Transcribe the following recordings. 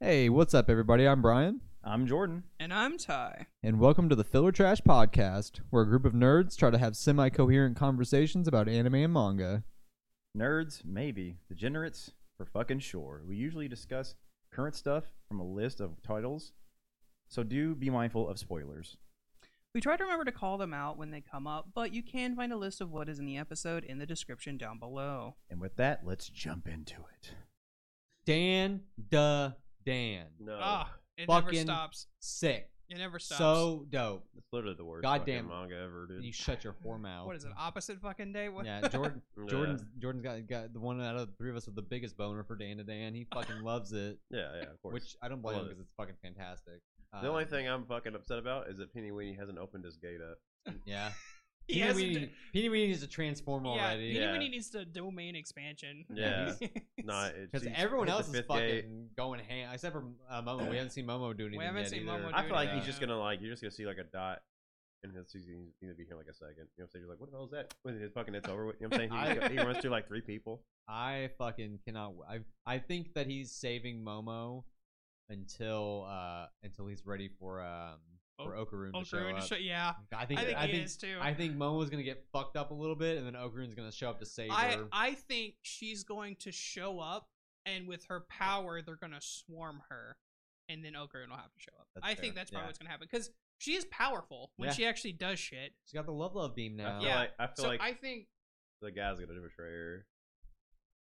Hey, what's up, everybody? I'm Brian, I'm Jordan. And I'm Ty. and welcome to the Filler Trash Podcast, where a group of nerds try to have semi coherent conversations about anime and manga. Nerds, maybe. Degenerates, for fucking sure. We usually discuss current stuff from a list of titles, so do be mindful of spoilers. We try to remember to call them out when they come up, but you can find a list of what is in the episode in the description down below. And with that, let's jump into it. Dan da Dan. No. Ah. Ah, it Fucking Sick. It never So dope. That's literally the worst Goddamn. goddamn manga ever, dude. You shut your whore mouth. what is it? Opposite fucking day? What? Yeah, Jordan. Yeah. Jordan's Jordan's got got the one out of the three of us with the biggest boner for Dan to Dan. He fucking loves it, Yeah, yeah, of course. which I don't blame him Love it. because it's fucking fantastic. the Um, only thing I'm fucking upset about is that Penny Weenie hasn't opened his gate up. Yeah. He Peeny has Weenie, Peeny Weenie needs to transform yeah, already. Penny Yeah. Winnie needs a domain expansion. Yeah. no, Not Because everyone else is fucking going ham, except for uh, Momo. We haven't seen Momo do anything haven't yet seen either. Momo do I feel like Yeah. he's just gonna like you're just gonna see like a dot, and he'll see he's gonna be here in, like a second. You know, so you're like, what the hell is that? When his fucking it's over with. You know what I'm saying? He, he runs through like three people. I fucking cannot. w- I I think that he's saving Momo until uh until he's ready for um for Okaroon to show up. yeah, I I think think I he think is too. I think Momo's gonna get fucked up a little bit, and then Okaroon's gonna show up to save I, her. I think she's going to show up, and with her power, they're gonna swarm her, and then Okarin will have to show up. That's I fair, think that's probably yeah. what's gonna happen because she is powerful when Yeah. she actually does shit. She's got the love love beam I now. feel Yeah. like I feel so like I think. the guy's gonna betray her.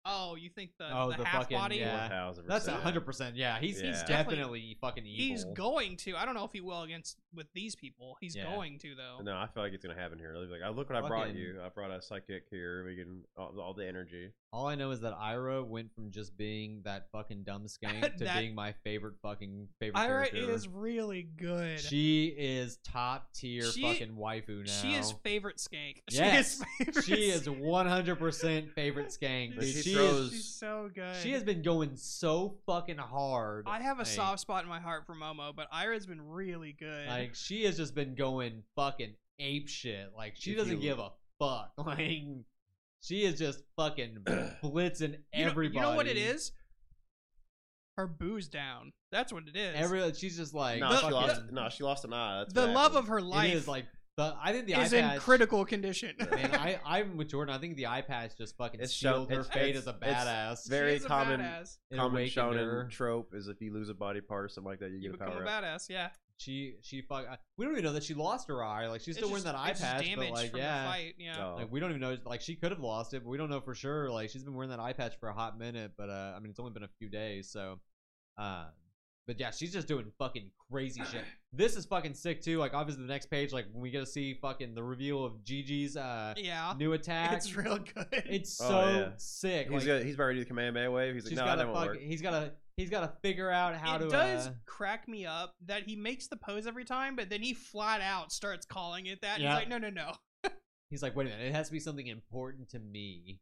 Oh, you think the, Oh, the, the half fucking- body? yeah. One thousand That's percent. hundred percent. Yeah, he's he's Yeah. definitely fucking evil. He's going to. I don't know if he will against with these people. He's Yeah. going to though. No, I feel like it's gonna happen here. They'll be like, "I look what I brought Fucking- you. I brought a psychic here. We can all, all the energy." All I know is that Ira went from just being that fucking dumb skank to That- being my favorite fucking favorite Ira character. is really good. she is top tier She- fucking waifu now. She is favorite skank. Yes. She is favorite. She is skank. 100% favorite skank. But dude. she She, throws- is, She's so good. she has been going so fucking hard. I have a like, soft spot in my heart for Momo, but Ira's been really good. Like she has just been going fucking ape shit. Like she If doesn't you- give a fuck. Like she is just fucking blitzing You know- everybody. You know, what it is? Her booze down. That's what it is. Every she's just like no, she fucking- lost. no, she lost an eye. That's the what love of happened. her life It is like the I think the is eye in patch, critical condition. Man, I I'm with Jordan. I think the eye patch just fucking It's so- sealed her it's- fate it's- as a it's badass. very she is a common- badass. It common awakened shonen her. trope is if you lose a body part or something like that, you, You get a become power a up. badass. Yeah. She she fuck. I- We don't even know that she lost her eye. Like she's It's still just- wearing that eye it's just patch, but damage like from the yeah, fight, yeah. Oh. Like we don't even know. Like she could have lost it, but we don't know for sure. Like she's been wearing that eye patch for a hot minute, but uh, I mean it's only been a few days. So, uh, but yeah, she's just doing fucking crazy shit. This is fucking sick too. Like obviously the next page, like when we get to see fucking the reveal of Gigi's uh Yeah. new attack, It's real good. it's Oh, so yeah. sick. he's Like, gonna, he's about ready to command man wave. He's like, she's no, that gotta won't fuck. work. He's gotta he's gotta figure out how it to. does uh, crack me up that he makes the pose every time, but then he flat out starts calling it that. Yeah. He's like, no, no, no. He's like, wait a minute, it has to be something important to me.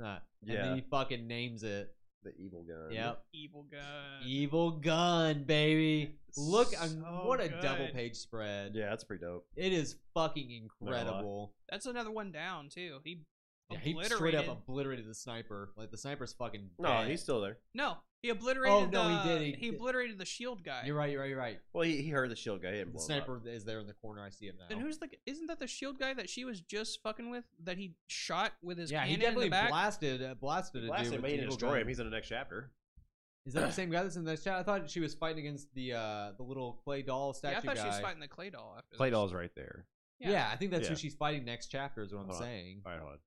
Uh, And Yeah. then he fucking names it. The evil gun. Yep. Evil gun. Evil gun, baby. Look, I mean, So what a double good. page spread. Yeah, that's pretty dope. It is fucking Not gonna lie. incredible. That's another one down too. He Yeah, he obliterated. straight up obliterated the sniper. Like the sniper's fucking. No, dead. he's still there. no, he obliterated. Oh, no, he the- did, he did. obliterated the shield guy. You're right. You're right. You're right. Well, he, he heard the shield guy. He didn't The blow him up. sniper is there in the corner. I see him now. Then who's the? Isn't that the shield guy that she was just fucking with? That he shot with his yeah, he cannon definitely in the back. blasted uh, blasted a Blasted dude. him, with but he the didn't evil destroy gun. him. He's in the next chapter. Is that the same guy that's in the next chat? I thought she was fighting against the uh, the little clay doll statue yeah, I thought guy. she was fighting the clay doll. After Clay this. doll's right there. Yeah, I think that's who Yeah. she's fighting next chapter is what I'm Hold on. saying. All right, hold on.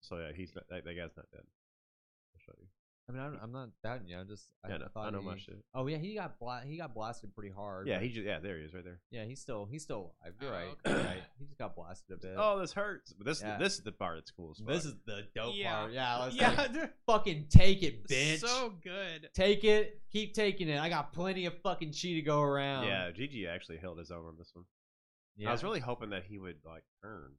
So yeah, he's not, that, that guy's not dead. I'll show you. I mean, I don't, I'm not doubting you. I'm just I, Yeah, I no, thought I know he, my shit. Oh yeah, he got bla- he got blasted pretty hard. Yeah, but- he just yeah, there he is, right there. yeah, he's still he's still alive. You're Oh, right. okay. You're right. He just got blasted a bit. Oh, this hurts. But this Yeah. this is the part that's cool. As fuck. this is the dope Yeah. part. Yeah, I was Yeah, like, dude, fucking take it, bitch. so good. Take it, keep taking it. I got plenty of fucking chi to go around. yeah. Gigi actually held his own on this one. yeah. I was really hoping that he would like turn.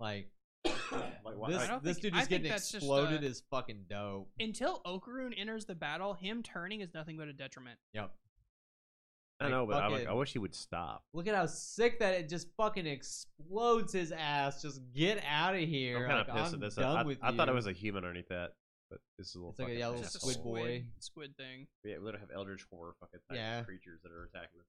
like Like why? this, I don't this think- dude just I think getting that's just, exploded uh, is fucking dope. Until Okaroon enters the battle, him turning is nothing but a detriment. Yep. I know, but I'm like, fucking- I wish he would stop. Look at how sick that it just fucking explodes his ass. Just get out of here. I'm kind Like, of I'm pissed at this. done I, with I thought it you. was a human underneath that. But this is a little. It's like a fucking yellow asshole. Just a Oh, squid boy. squid thing. Yeah, we literally have eldritch horror fucking type Yeah. creatures that are attacking us.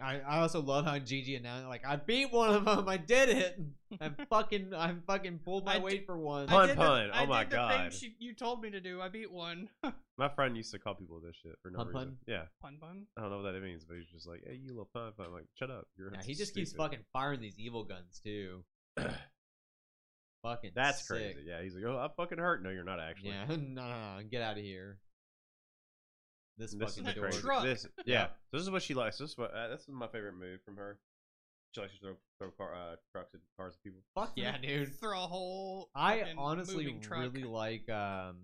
I, I also love how Gigi announced like I beat one of them. I did it. I fucking I fucking pulled my I weight for one. Pun I did pun, The, oh I my did the thing God. she- you told me to do. I beat one. My friend used to call people this shit for no Pun reason. pun? Yeah, Pun bun. I don't know what that means, but he's just like, "Hey, you little pun pun." I'm like, shut up. You're Yeah, he just keeps stupid." fucking firing these evil guns too. fucking That's sick. crazy. Yeah, he's like, "Oh, I'm fucking hurt." No, you're not actually. Yeah, no, no, no, get out of here. This, This fucking the is door. crazy. Truck. This, yeah. So this is what she likes. This is what uh, this is my favorite move from her. She likes to throw throw car, uh, trucks at cars at people. Fuck yeah, dude. Throw a whole. I fucking honestly moving truck. really like um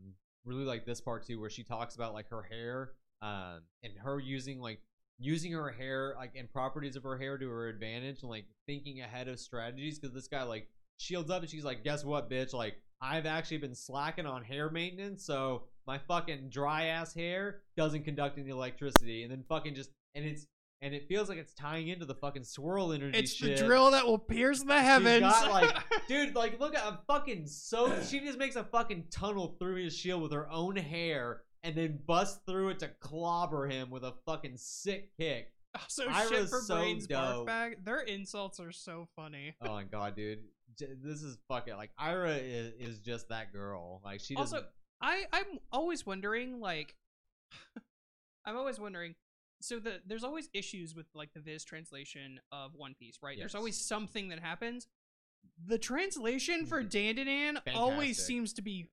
really like this part too where she talks about like her hair um and her using like using her hair like and properties of her hair to her advantage and like thinking ahead of strategies because this guy like shields up and she's like guess what bitch like I've actually been slacking on hair maintenance so my fucking dry ass hair doesn't conduct any electricity and then fucking just and it's and it feels like it's tying into the fucking swirl energy It's shit the drill that will pierce the heavens. got, like, dude, like look at I'm fucking so she just makes a fucking tunnel through his shield with her own hair and then busts through it to clobber him with a fucking sick kick. Also, shit Ira's for so brains dope. barf bag. Their insults are so funny. Oh my god, dude. J- This is fucking like Ira is, is just that girl. Like she doesn't Also, I I'm always wondering like, I'm always wondering. So the there's always issues with like the Viz translation of One Piece, right? There's Yes. always something that happens. The translation for Dandadan Mm-hmm. always Fantastic. seems to be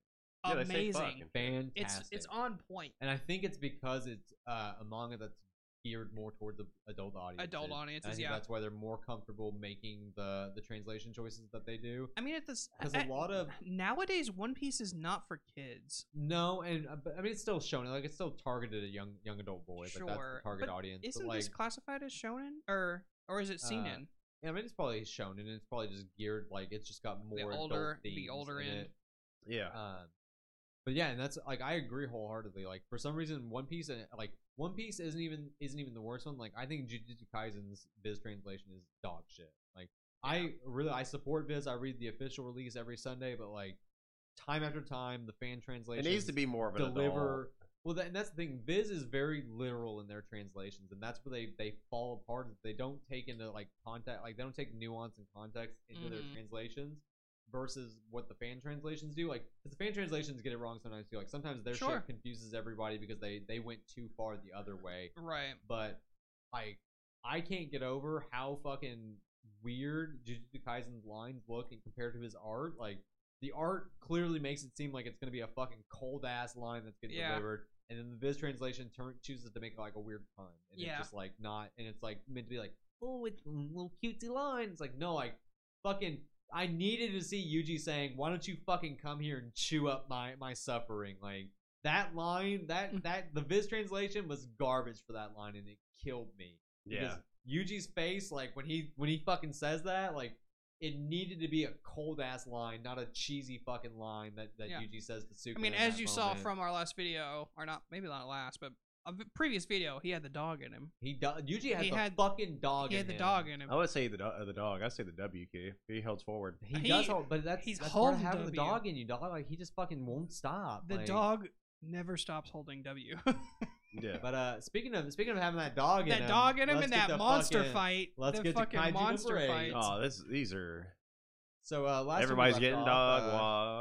Yeah, they say fuck amazing. and- fantastic. It's it's on point. and I think it's because it's uh, a manga that's geared more towards the adult audience. Adult audiences, I think yeah. that's why they're more comfortable making the the translation choices that they do. I mean, at this Because a I- lot of nowadays One Piece is not for kids. No, and uh, but, I mean it's still shown. Like it's still targeted at young young adult boys. like that's Sure, the target but audience. Isn't but like, this classified as shonen or or is it Uh, seinen? yeah, I mean it's probably shown, and it's probably just geared like it's just got more the adult older the themes older in end. it. Yeah. Um, but yeah, and that's like I agree wholeheartedly. Like for some reason, One Piece and like One Piece isn't even isn't even the worst one. Like I think Jujutsu Kaisen's Viz translation is dog shit. Like I really I support Viz. I read the official release every Sunday, but like time after time, the fan It translation needs to be more of an deliver. Well, that, and that's the thing. Viz is very literal in their translations, and that's where they they fall apart. is They don't take into like contact, like they don't take nuance and context into their Mhm. translations versus what the fan translations do. Like, 'cause the fan translations get it wrong sometimes too. Like sometimes their Sure. shit confuses everybody because they they went too far the other way. Right. But like, I can't get over how fucking weird Jujutsu Kaisen's lines look and compared to his art. Like the art clearly makes it seem like it's gonna be a fucking cold ass line that's getting Yeah. delivered, and then the Viz translation turn chooses to make it like a weird pun, and Yeah. it's just like not, and it's like meant to be like, oh, it's a little cutesy line. It's like no, like fucking. I needed to see Yuji saying, "Why don't you fucking come here and chew up my my suffering?" Like that line, Mm. that that the Viz translation was garbage for that line, and it killed me. adult. Yeah. Because Yuji's face, like when he when he fucking says that, like it needed to be a cold ass line, not a cheesy fucking line that that Yeah. Yuji says to Suki. I mean, as you saw from our last video, or not, maybe not last, but a v- previous video, he had the dog in him. he do- Yuji has he the had- fucking dog. he in had the him. dog in him. I would say the do- uh, the dog. I say the WK. He holds forward. He, He- does, hold, but that's he's that's part of holding having the W. dog in you, dog. Like he just fucking won't stop. the like- dog never stops holding W. Yeah. But uh, speaking of speaking of having that dog in him, that dog in him let's and get that the monster fucking- fight. let's the get to fucking Kaiju monster number fight. eight. Oh, this these are So uh, last time we everybody's left getting off, dog uh,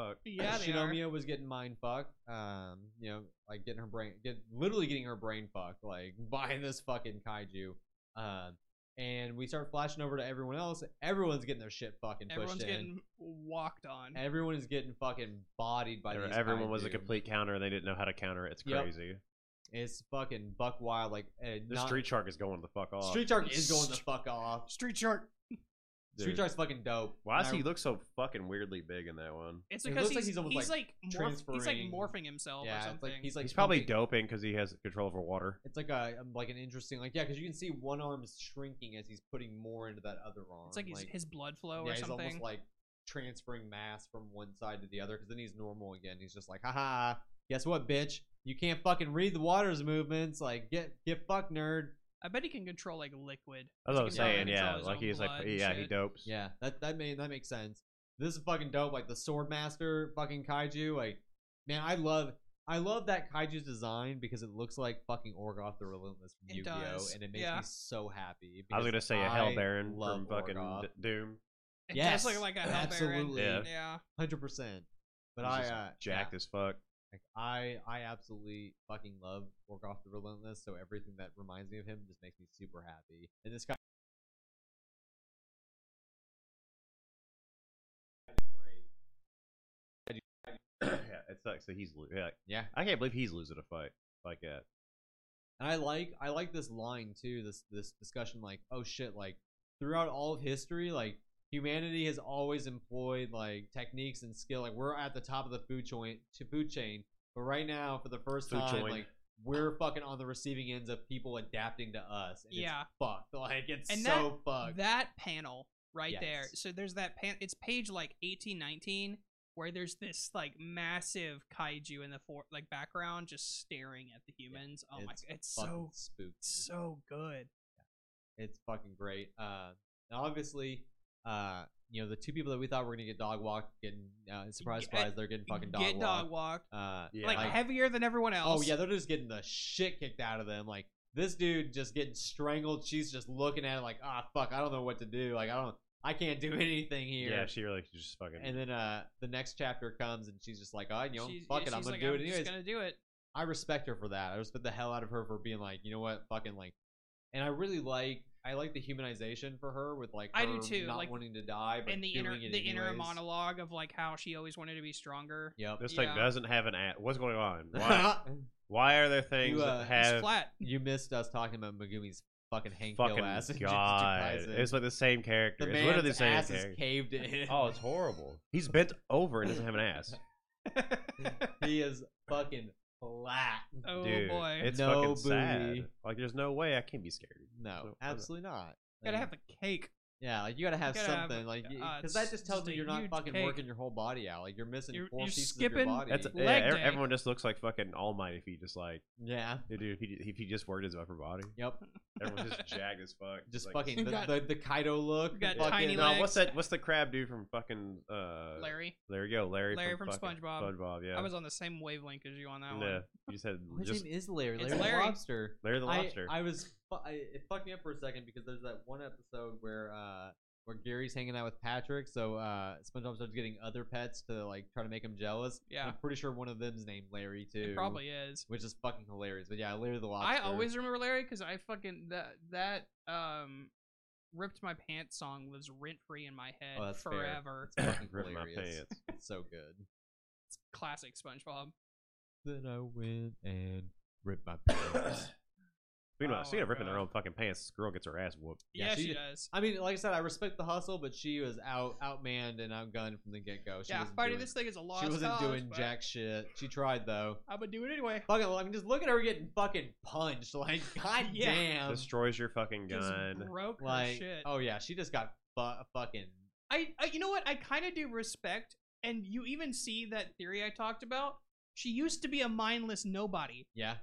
walk. Yeah, they are. Shinomiya was getting mind fucked. Um, you know, like getting her brain, get literally getting her brain fucked, like by this fucking kaiju. Um, and we start flashing over to everyone else. Everyone's getting their shit fucking pushed Everyone's in. getting walked on. Everyone is getting fucking bodied by Every- these. Everyone was a kaiju. complete counter. They didn't know how to counter it. It's Yep. crazy. It's fucking buck wild. Like uh, The not- street shark is going the fuck off. Street Shark is going the fuck off. Street Shark. Street Dude. Shark's fucking dope. Why does And I- he look so fucking weirdly big in that one? It's It because looks like he's he's almost, he's like, like, morph- he's like transferring- morphing himself or Yeah, it's something. like he's like He's probably pumping- doping because he has control over water. It's like a um, like an interesting like yeah, because you can see one arm's shrinking as he's putting more into that other arm. it's like, his, his blood flow yeah, or he's something. almost like transferring mass from one side to the other because then he's normal again. He's just like, haha, guess what, bitch? You can't fucking read the water's movements. Like, get get fucked, nerd. I bet he can control like liquid. That's what I'm He's gonna saying. control Yeah, his like own he's like, blood and yeah, he shit. dopes. Yeah, that that may that makes sense. This is fucking dope. Like the sword master fucking kaiju. Like Man, I love I love that kaiju's design because it looks like fucking Orgoth the Relentless from It Yu-Gi-Oh, does, and it makes yeah. me so happy. I because was gonna say a I Hell Baron love from fucking Orgoth. D- Doom. It Yes, does look like a Hellbaron. absolutely. Yeah. Yeah. hundred percent. But He's I just uh, jacked yeah, as fuck. like, I I absolutely fucking love Orgoth the Relentless. So everything that reminds me of him just makes me super happy. And this guy. yeah, it sucks that he's lo- yeah. Yeah, I can't believe he's losing a fight like that. And I like I like this line too. This this discussion like oh shit like throughout all of history like humanity has always employed like techniques and skill like we're at the top of the food chain to food chain but right now for the first Food time join. like we're fucking on the receiving ends of people adapting to us and Yeah. it's fucked like it's And so fucked That panel right there. Yes. So there's that pan. It's page like eighteen, nineteen, where there's this like massive kaiju in the for- like background just staring at the humans. oh my, it's it's fucking so spooky so good. it's fucking great. Uh, and obviously, uh, you know the two people that we thought were gonna get dog walked getting uh, surprise Get- surprise they're getting fucking dog Get dog walked. walked. Uh, Yeah, like, like- heavier than everyone else. Oh yeah, they're just getting the shit kicked out of them. Like this dude just getting strangled. She's just looking at it like, ah, fuck, I don't know what to do. Like I don't, I can't do anything here. yeah, she really just fucking. and then uh, the next chapter comes and she's just like, oh, you know, She's- fuck yeah, it, I'm she's gonna like, do it just anyways. gonna do it. I respect her for that. I respect the hell out of her for being like, you know what, fucking like. And I really like, I like the humanization for her with like, I do her too, Not like, wanting to die, but and the doing inner it the inner anyways. monologue of like how she always wanted to be stronger. Yep. this thing yeah. doesn't have an ass. What's going on? Why? why are there things uh, that It's have flat. you missed us talking about Megumi's fucking Hank Hill fucking ass. in Jujutsu god? Kaisen. It's like the same character. the it's literally man's the same ass character. is caved in. Oh, it's horrible. He's bent over and doesn't have an ass. he is fucking flat. Oh Dude, boy. it's No fucking booty. sad. Like, there's no way I can be scared. No, So- absolutely not. gotta Like, have a cake. yeah, like you gotta have gotta have, something, like uh, because that it's just tells just me a you're not huge fucking cake. working your whole body out. Like you're missing You're- 4 you're pieces of your skipping- body. That's yeah, Leg ev- day. everyone just looks like fucking Almighty if he just like yeah. dude if he if he just worked his upper body. Yep. Everyone's just jagged as fuck. Just Like- fucking the, got- the, the Kaido look. You got fucking, tiny No, what's legs. that? What's the crab dude from fucking uh? Larry. There you go, Larry. Larry from, from fucking SpongeBob. SpongeBob, yeah. I was on the same wavelength as you on that yeah. one. You just had His just name is Larry. It's Larry, the Larry. Lobster. Larry the I- lobster. I, was fu- I, it fucked me up for a second because there's that one episode where uh where Gary's hanging out with Patrick, so uh SpongeBob starts getting other pets to like try to make him jealous. Yeah. I'm pretty sure one of them's named Larry too. It probably is. Which is fucking hilarious. But yeah, Larry the Lobster. I always remember Larry because I fucking that that um ripped my pants song lives rent free in my head Oh, that's fair. forever. It's fucking Ripped my hilarious. pants. It's so good. It's classic SpongeBob. Then I went and ripped my pants. Meanwhile, Oh speaking of my ripping their God. own fucking pants, this girl gets her ass whooped. Yeah, Yeah, she she, did- does. I mean, like I said, I respect the hustle, but she was out outmanned and outgunned from the get go. yeah, wasn't fighting doing, this thing is a lost She wasn't cause, doing but jack shit. She tried though. I'm gonna do it anyway. Fucking, I mean, just look at her getting fucking punched. Like, god Yeah. damn. Destroys your fucking Um, Just gun. broke her like, shit. oh yeah, she just got fu- fucking. I, I you know what I kind of do respect, and you even see that theory I talked about. She used to be a mindless nobody. Yeah.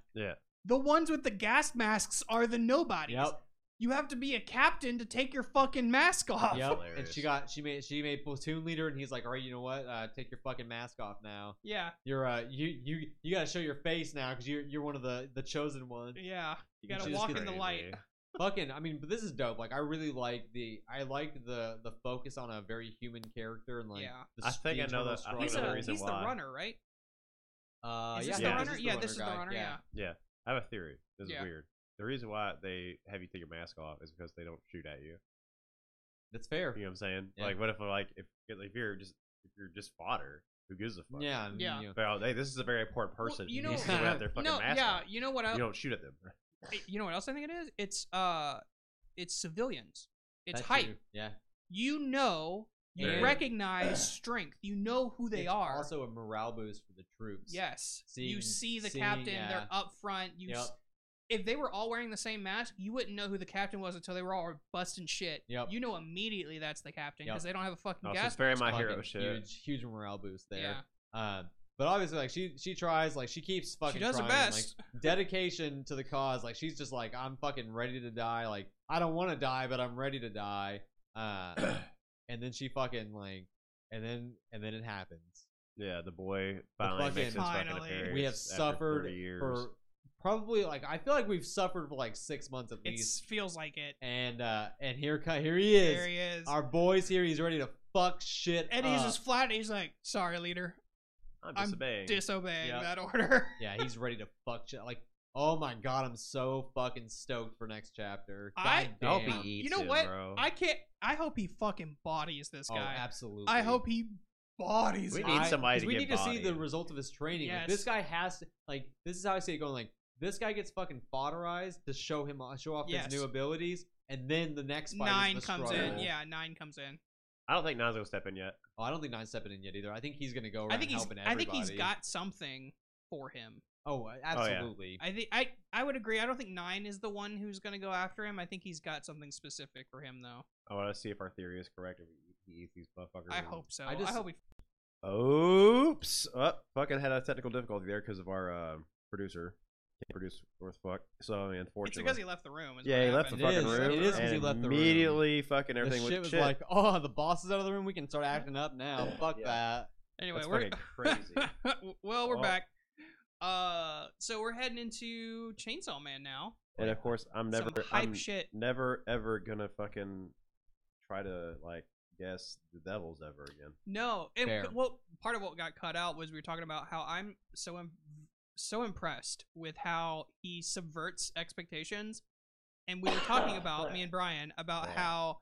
The ones with the gas masks are the nobodies. Yep. You have to be a captain to take your fucking mask off. Yep. And hilarious. she got she made she made platoon leader, and he's like, all right, you know what? Uh, take your fucking mask off now. Yeah, You're uh you you you gotta show your face now because you're you're one of the the chosen ones. yeah. You gotta just walk get- in the light. fucking i mean but this is dope like i really like the i like the the focus on a very human character and like Yeah. the, I s- think the I know internal that- I struggle. think He's, I know a, reason he's the why. runner, right? uh Is yeah, this yeah. This the runner? is Yeah, this is the guy, runner. Yeah. Yeah, I have a theory. This Yeah. is weird. The reason why they have you take your mask off is because they don't shoot at you. that's fair You know what I'm saying? Yeah. Like, what if like if if you're just if you're just fodder, who gives a fuck? yeah I mean, Yeah. you know, But oh, hey, this is a very important person. you you know- need to see without their fucking No, mask. yeah. on. You know what? I, You don't shoot at them. you know what else I think it is? It's uh, it's civilians. It's that's hype. true. yeah You know, you Yeah. recognize strength. You know who they It's are. also a morale boost for the troops yes. seeing- you see the seeing, captain. uh, They're up front. You. s- Yep. If they were all wearing the same mask, you wouldn't know who the captain was until they were all busting shit. Yep. You know immediately that's the captain Yep. because they don't have a fucking Oh, so it's gas. very my Fucking hero shit. huge huge morale boost there um but obviously like she she tries like she keeps Yeah. fucking She does her trying, like, best. dedication to the cause. Like she's just like, I'm fucking ready to die. Like I don't want to die, but I'm ready to die. Uh, and then she fucking like, and then and then it happens. Yeah, the boy finally makes his fucking- fucking Finally. appearance. we have after suffered 30 years. for probably like I feel like we've suffered for like six months at It least, feels like it. and uh and here co- here he is. There he is. Our uh, boy's here. He's ready to fuck shit. and he's up. just flat. He's like, "Sorry, leader, I'm I'm disobeying. disobeying Yep. that order." yeah, he's ready to fuck shit. Like, oh my god, I'm so fucking stoked for next chapter. God I- damn. I'll be You eating, know what? Bro. I can't. I hope he fucking bodies this oh, guy. absolutely. I hope he bodies. We him. need I- somebody 'cause to we get need to see the bodied. results of his training. Like, Yes. this guy has to like. This is how I see it going. Like this guy gets fucking fodderized to show him uh, show off Yes. his new abilities, and then the next fight is nine the comes in. struggle. Yeah, nine comes in. I don't think Nazo will step in yet. Oh, I don't think Nine's stepping in yet either. I think he's gonna go around I think he's. helping I think everybody. he's got something for him. Oh, absolutely. I think I. I would agree. I don't think nine is the one who's gonna go after him. I think he's got something specific for him though. I want to see if our theory is correct. If he eats these motherfuckers. I and- hope so. I I, just- hope he. Oops. Oh, fucking had a technical difficulty there because of our uh, producer. Can't produce worth fuck. So I mean, It's unfortunately. because he left the room. is yeah, what he left the happened. It fucking is. room. It is 'cause and he left the room. immediately fucking The everything shit was was shit. like, oh, the boss is out of the room. We can start acting up now. Fuck Yeah. that. Anyway, That's we're fucking crazy. well, we're Well. back. Uh, so we're heading into Chainsaw Man now. and of course, I'm never, Some hype I'm shit. never ever gonna fucking try to like guess the devils ever again. No, and Fair. well, part of what got cut out was we were talking about how I'm so Im- so impressed with how he subverts expectations, and we were talking about me and Brian about Yeah. how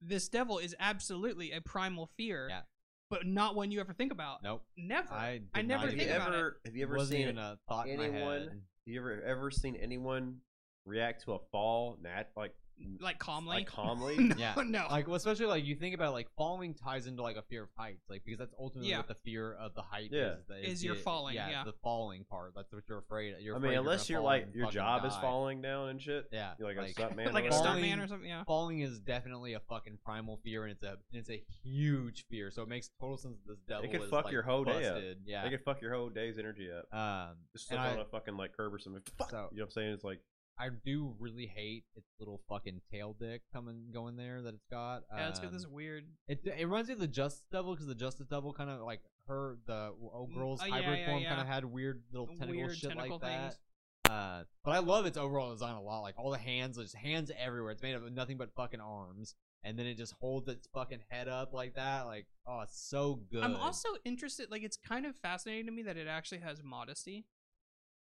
this devil is absolutely a primal fear, Yeah. but not one you ever think about. Nope. Never. I did I never not Have you think even- about ever? Have you ever wasn't seen even a thought in my anyone- head. Have you ever ever seen anyone react to a fall nat like like calmly. like calmly? no, Yeah. no. Like, well, especially like you think about like falling ties into like a fear of heights, like because that's ultimately Yeah. what the fear of the height Yeah. is. the- Is you're the- falling, Yeah, yeah. the falling part. That's what you're afraid. Of. You're I afraid mean, you're unless gonna you're fall like and your fucking job is die. falling down and shit. Yeah, You're like, like- a stunt man. like or a whatever. Falling- stuntman or something. Yeah. Falling is definitely a fucking primal fear, and it's a and it's a huge fear. So it makes total sense that this devil could is, fuck like, your whole day busted. up. Yeah. They could fuck your whole day's energy up. um, Just and slip I, on a fucking like curb or something. So- you know what I'm saying? It's like I do really hate its little fucking tail dick coming going there that it's got. Yeah, let's get Um, this weird. It, it reminds me of the Justice Devil because the Justice Devil kind of like her the old Mm, girl's oh, yeah, hybrid yeah, form kind yeah. of had weird little tentacle Weird shit tentacle like that. things. Uh, but I love its overall design a lot. Like all the hands, there's hands everywhere. It's made of nothing but fucking arms, and then it just holds its fucking head up like that. Like oh, it's so good. I'm also interested. Like, it's kind of fascinating to me that it actually has modesty.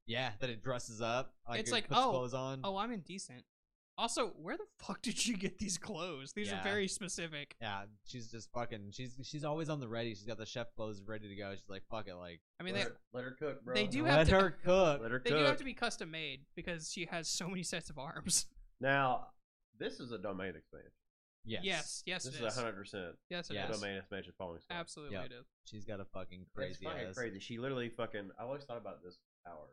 yeah that it dresses up. Like It's it like, puts oh, clothes on. Oh, I'm indecent. Also, where the fuck did she get these clothes? These Yeah. are very specific. Yeah, she's just fucking. She's she's always on the ready. She's got the chef clothes ready to go. She's like, fuck it, like I mean, let, they, her, let her cook, bro. they do let have to. her cook. Let her They cook. do have to be custom made because she has so many sets of arms. Now, this is a domain expansion. yes. Yes, yes, This it is is. a hundred percent Yes, it is. Yes. domain expansion following. stuff. Absolutely, Yep. it is. She's got a fucking It's crazy fucking ass. crazy. She literally fucking. I always thought about this hour.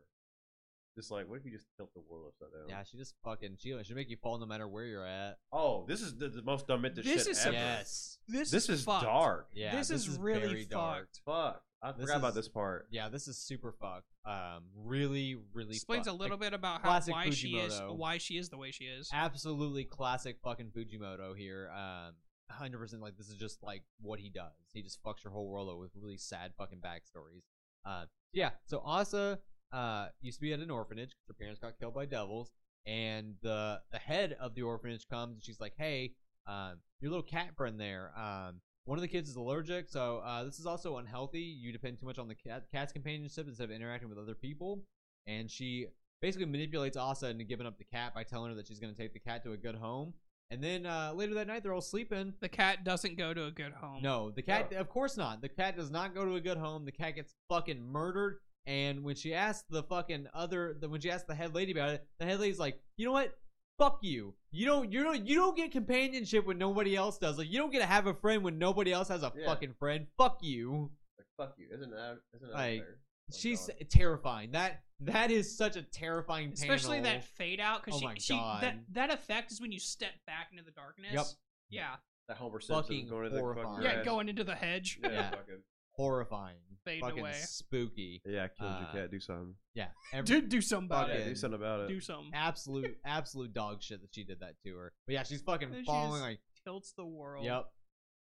Just like, what if you just tilt the world upside down? Yeah, she just fucking she she make you fall no matter where you're at. Oh, this is the, the most dumb shit This is ever. some- Yes. This, This is fucked. dark. Yeah. This is really very dark. fucked. Fuck. I This forgot is- about this part. Yeah, this is super fucked. Um, really, really Explains fucked. a little Like, bit about how classic why she is Fujimoto. why she is the way she is. Absolutely classic fucking Fujimoto here. Um, hundred percent. Like this is just like what he does. He just fucks your whole world up with really sad fucking backstories. Uh, yeah. So Asa uh used to be at an orphanage. 'cause Her parents got killed by devils, and the the head of the orphanage comes and she's like, "Hey, um, your little cat friend there. Um, one of the kids is allergic, so uh, this is also unhealthy. You depend too much on the cat, cat's companionship instead of interacting with other people. And she basically manipulates Asa into giving up the cat by telling her that she's going to take the cat to a good home. And then uh, later that night, they're all sleeping. The cat doesn't go to a good home. No, the cat, of course not. The cat does not go to a good home. The cat gets fucking murdered. And when she asked the fucking other, the, when she asked the head lady about it, the head lady's like, you know what? Fuck you. You don't, you don't, you don't get companionship when nobody else does. Like, you don't get to have a friend when nobody else has a Yeah. fucking friend. Fuck Oh you. Like, fuck you. Isn't that? Isn't that Like, fair? Oh Like, She's dog. terrifying. That, that is such a terrifying panel. especially that fade out Oh because my she, she that God. that effect is when you step back into the darkness. Yep. Yeah. that Homer Simpson fucking going to the fucking horrifying. Yeah, grass. going into the hedge. Yeah, Yeah. fucking. horrifying. Fading fucking away. spooky. Yeah, killed Uh, your cat. Do something. Yeah. Every, Dude, do something about Fuck Yeah, it. do fucking- something about it. Do something. absolute, absolute dog shit that she did that to her. But yeah, she's fucking Then she falling just- like, Tilts the world. yep.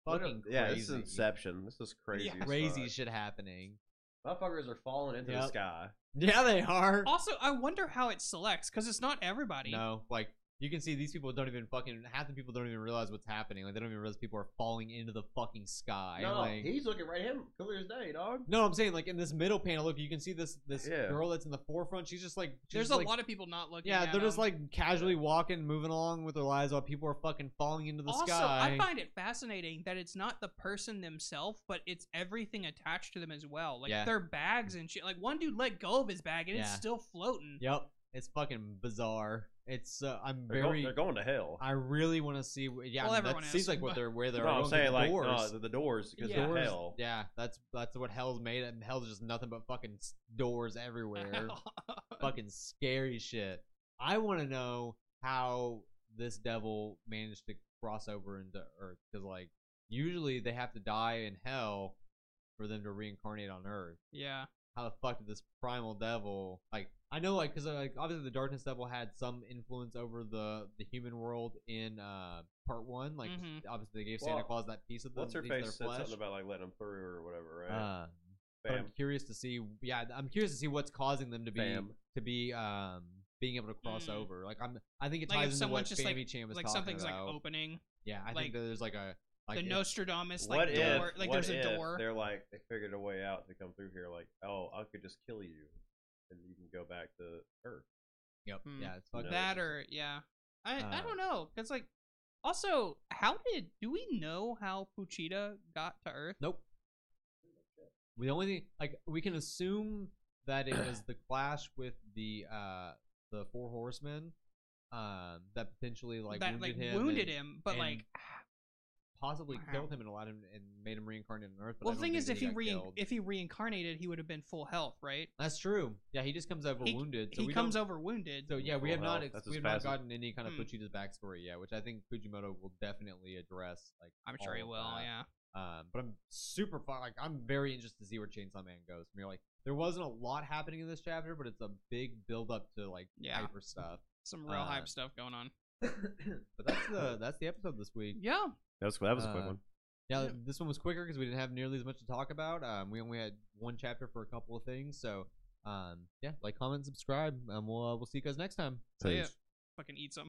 Look fucking at- yeah, crazy. this is Inception. This is crazy. as Crazy fuck. shit happening. Motherfuckers are falling into the Yep. sky. Yeah, they are. Also, I wonder how it selects because it's not everybody. No, like you can see these people don't even fucking half the people don't even realize what's happening. Like they don't even realize people are falling into the fucking sky. no, like, he's looking right at him, clear as day, dog. no, I'm saying like in this middle panel, look, you can see this this Yeah. girl that's in the forefront. She's just like she's There's just, a like, lot of people not looking. yeah, at they're just them. like casually walking, moving along with their lives while people are fucking falling into the also, sky. I find it fascinating that it's not the person themselves, but it's everything attached to them as well, like Yeah. their bags and shit. Like one dude let go of his bag and it's Yeah. still floating. yep, it's fucking bizarre. It's uh, I'm They're, very. go- they're going to hell. I really want to see. Yeah, I Well, mean, that everyone is, seems like what but- they're where they're no, going I'm through saying the like doors. no, the, the doors because Yeah. they're doors. hell. Yeah, that's that's what hell's made. And hell's just nothing but fucking s- doors everywhere. fucking scary shit. I want to know how this devil managed to cross over into Earth because like usually they have to die in hell for them to reincarnate on Earth. yeah. How the fuck did this primal devil like? I know, like, because like obviously the darkness devil had some influence over the the human world in uh part one. Like, Mhm. obviously they gave Santa Well, Claus that piece of the What's her piece of face their said flesh. something about like letting them through or whatever, right? Uh, but Bam. I'm curious to see. Yeah, I'm curious to see what's causing them to be Bam. to be um being able to cross Mm. over. Like I'm, I think it Like, ties if into what someone's just, like- Family Cham was Like talking something's about. like opening yeah, I like, think that there's like a like the if- Nostradamus like what if door. like what there's a if door. They're like they figured a way out to come through here. Like oh, I could just kill you, and you can go back to Earth. Yep. Hmm. Yeah, it's fucking. that or yeah i i Uh, don't know because like also how did do we know how puchita got to earth Nope. The only thing, like, we can assume that it was the clash with the uh the four horsemen, um, that potentially like that wounded like him, wounded and him but and like possibly Wow. killed him and allowed him and made him reincarnate on Earth. But I well the don't thing think is that if he got re- killed. if he reincarnated he would have been full health right That's true. Yeah, he just comes over He- wounded. So he we comes don't- over wounded So yeah, we Full have not health. ex- That's we his have not passive. gotten any kind of Hmm. Fujita's backstory yet, which I think Fujimoto will definitely address. Like i'm sure he all of will that. yeah Um, but I'm super fun. Like I'm very interested to see where Chainsaw Man goes. From here, like there wasn't a lot happening in this chapter, but it's a big build up to like Yeah. hyper stuff. some real Uh, hype stuff going on but that's the that's the episode this week. yeah That was that was a quick Uh, one. Yeah, Yep. this one was quicker because we didn't have nearly as much to talk about. Um, we only had one chapter for a couple of things. So, um, yeah, like, comment, subscribe, and we'll uh, we'll see you guys next time. so yeah fucking eat some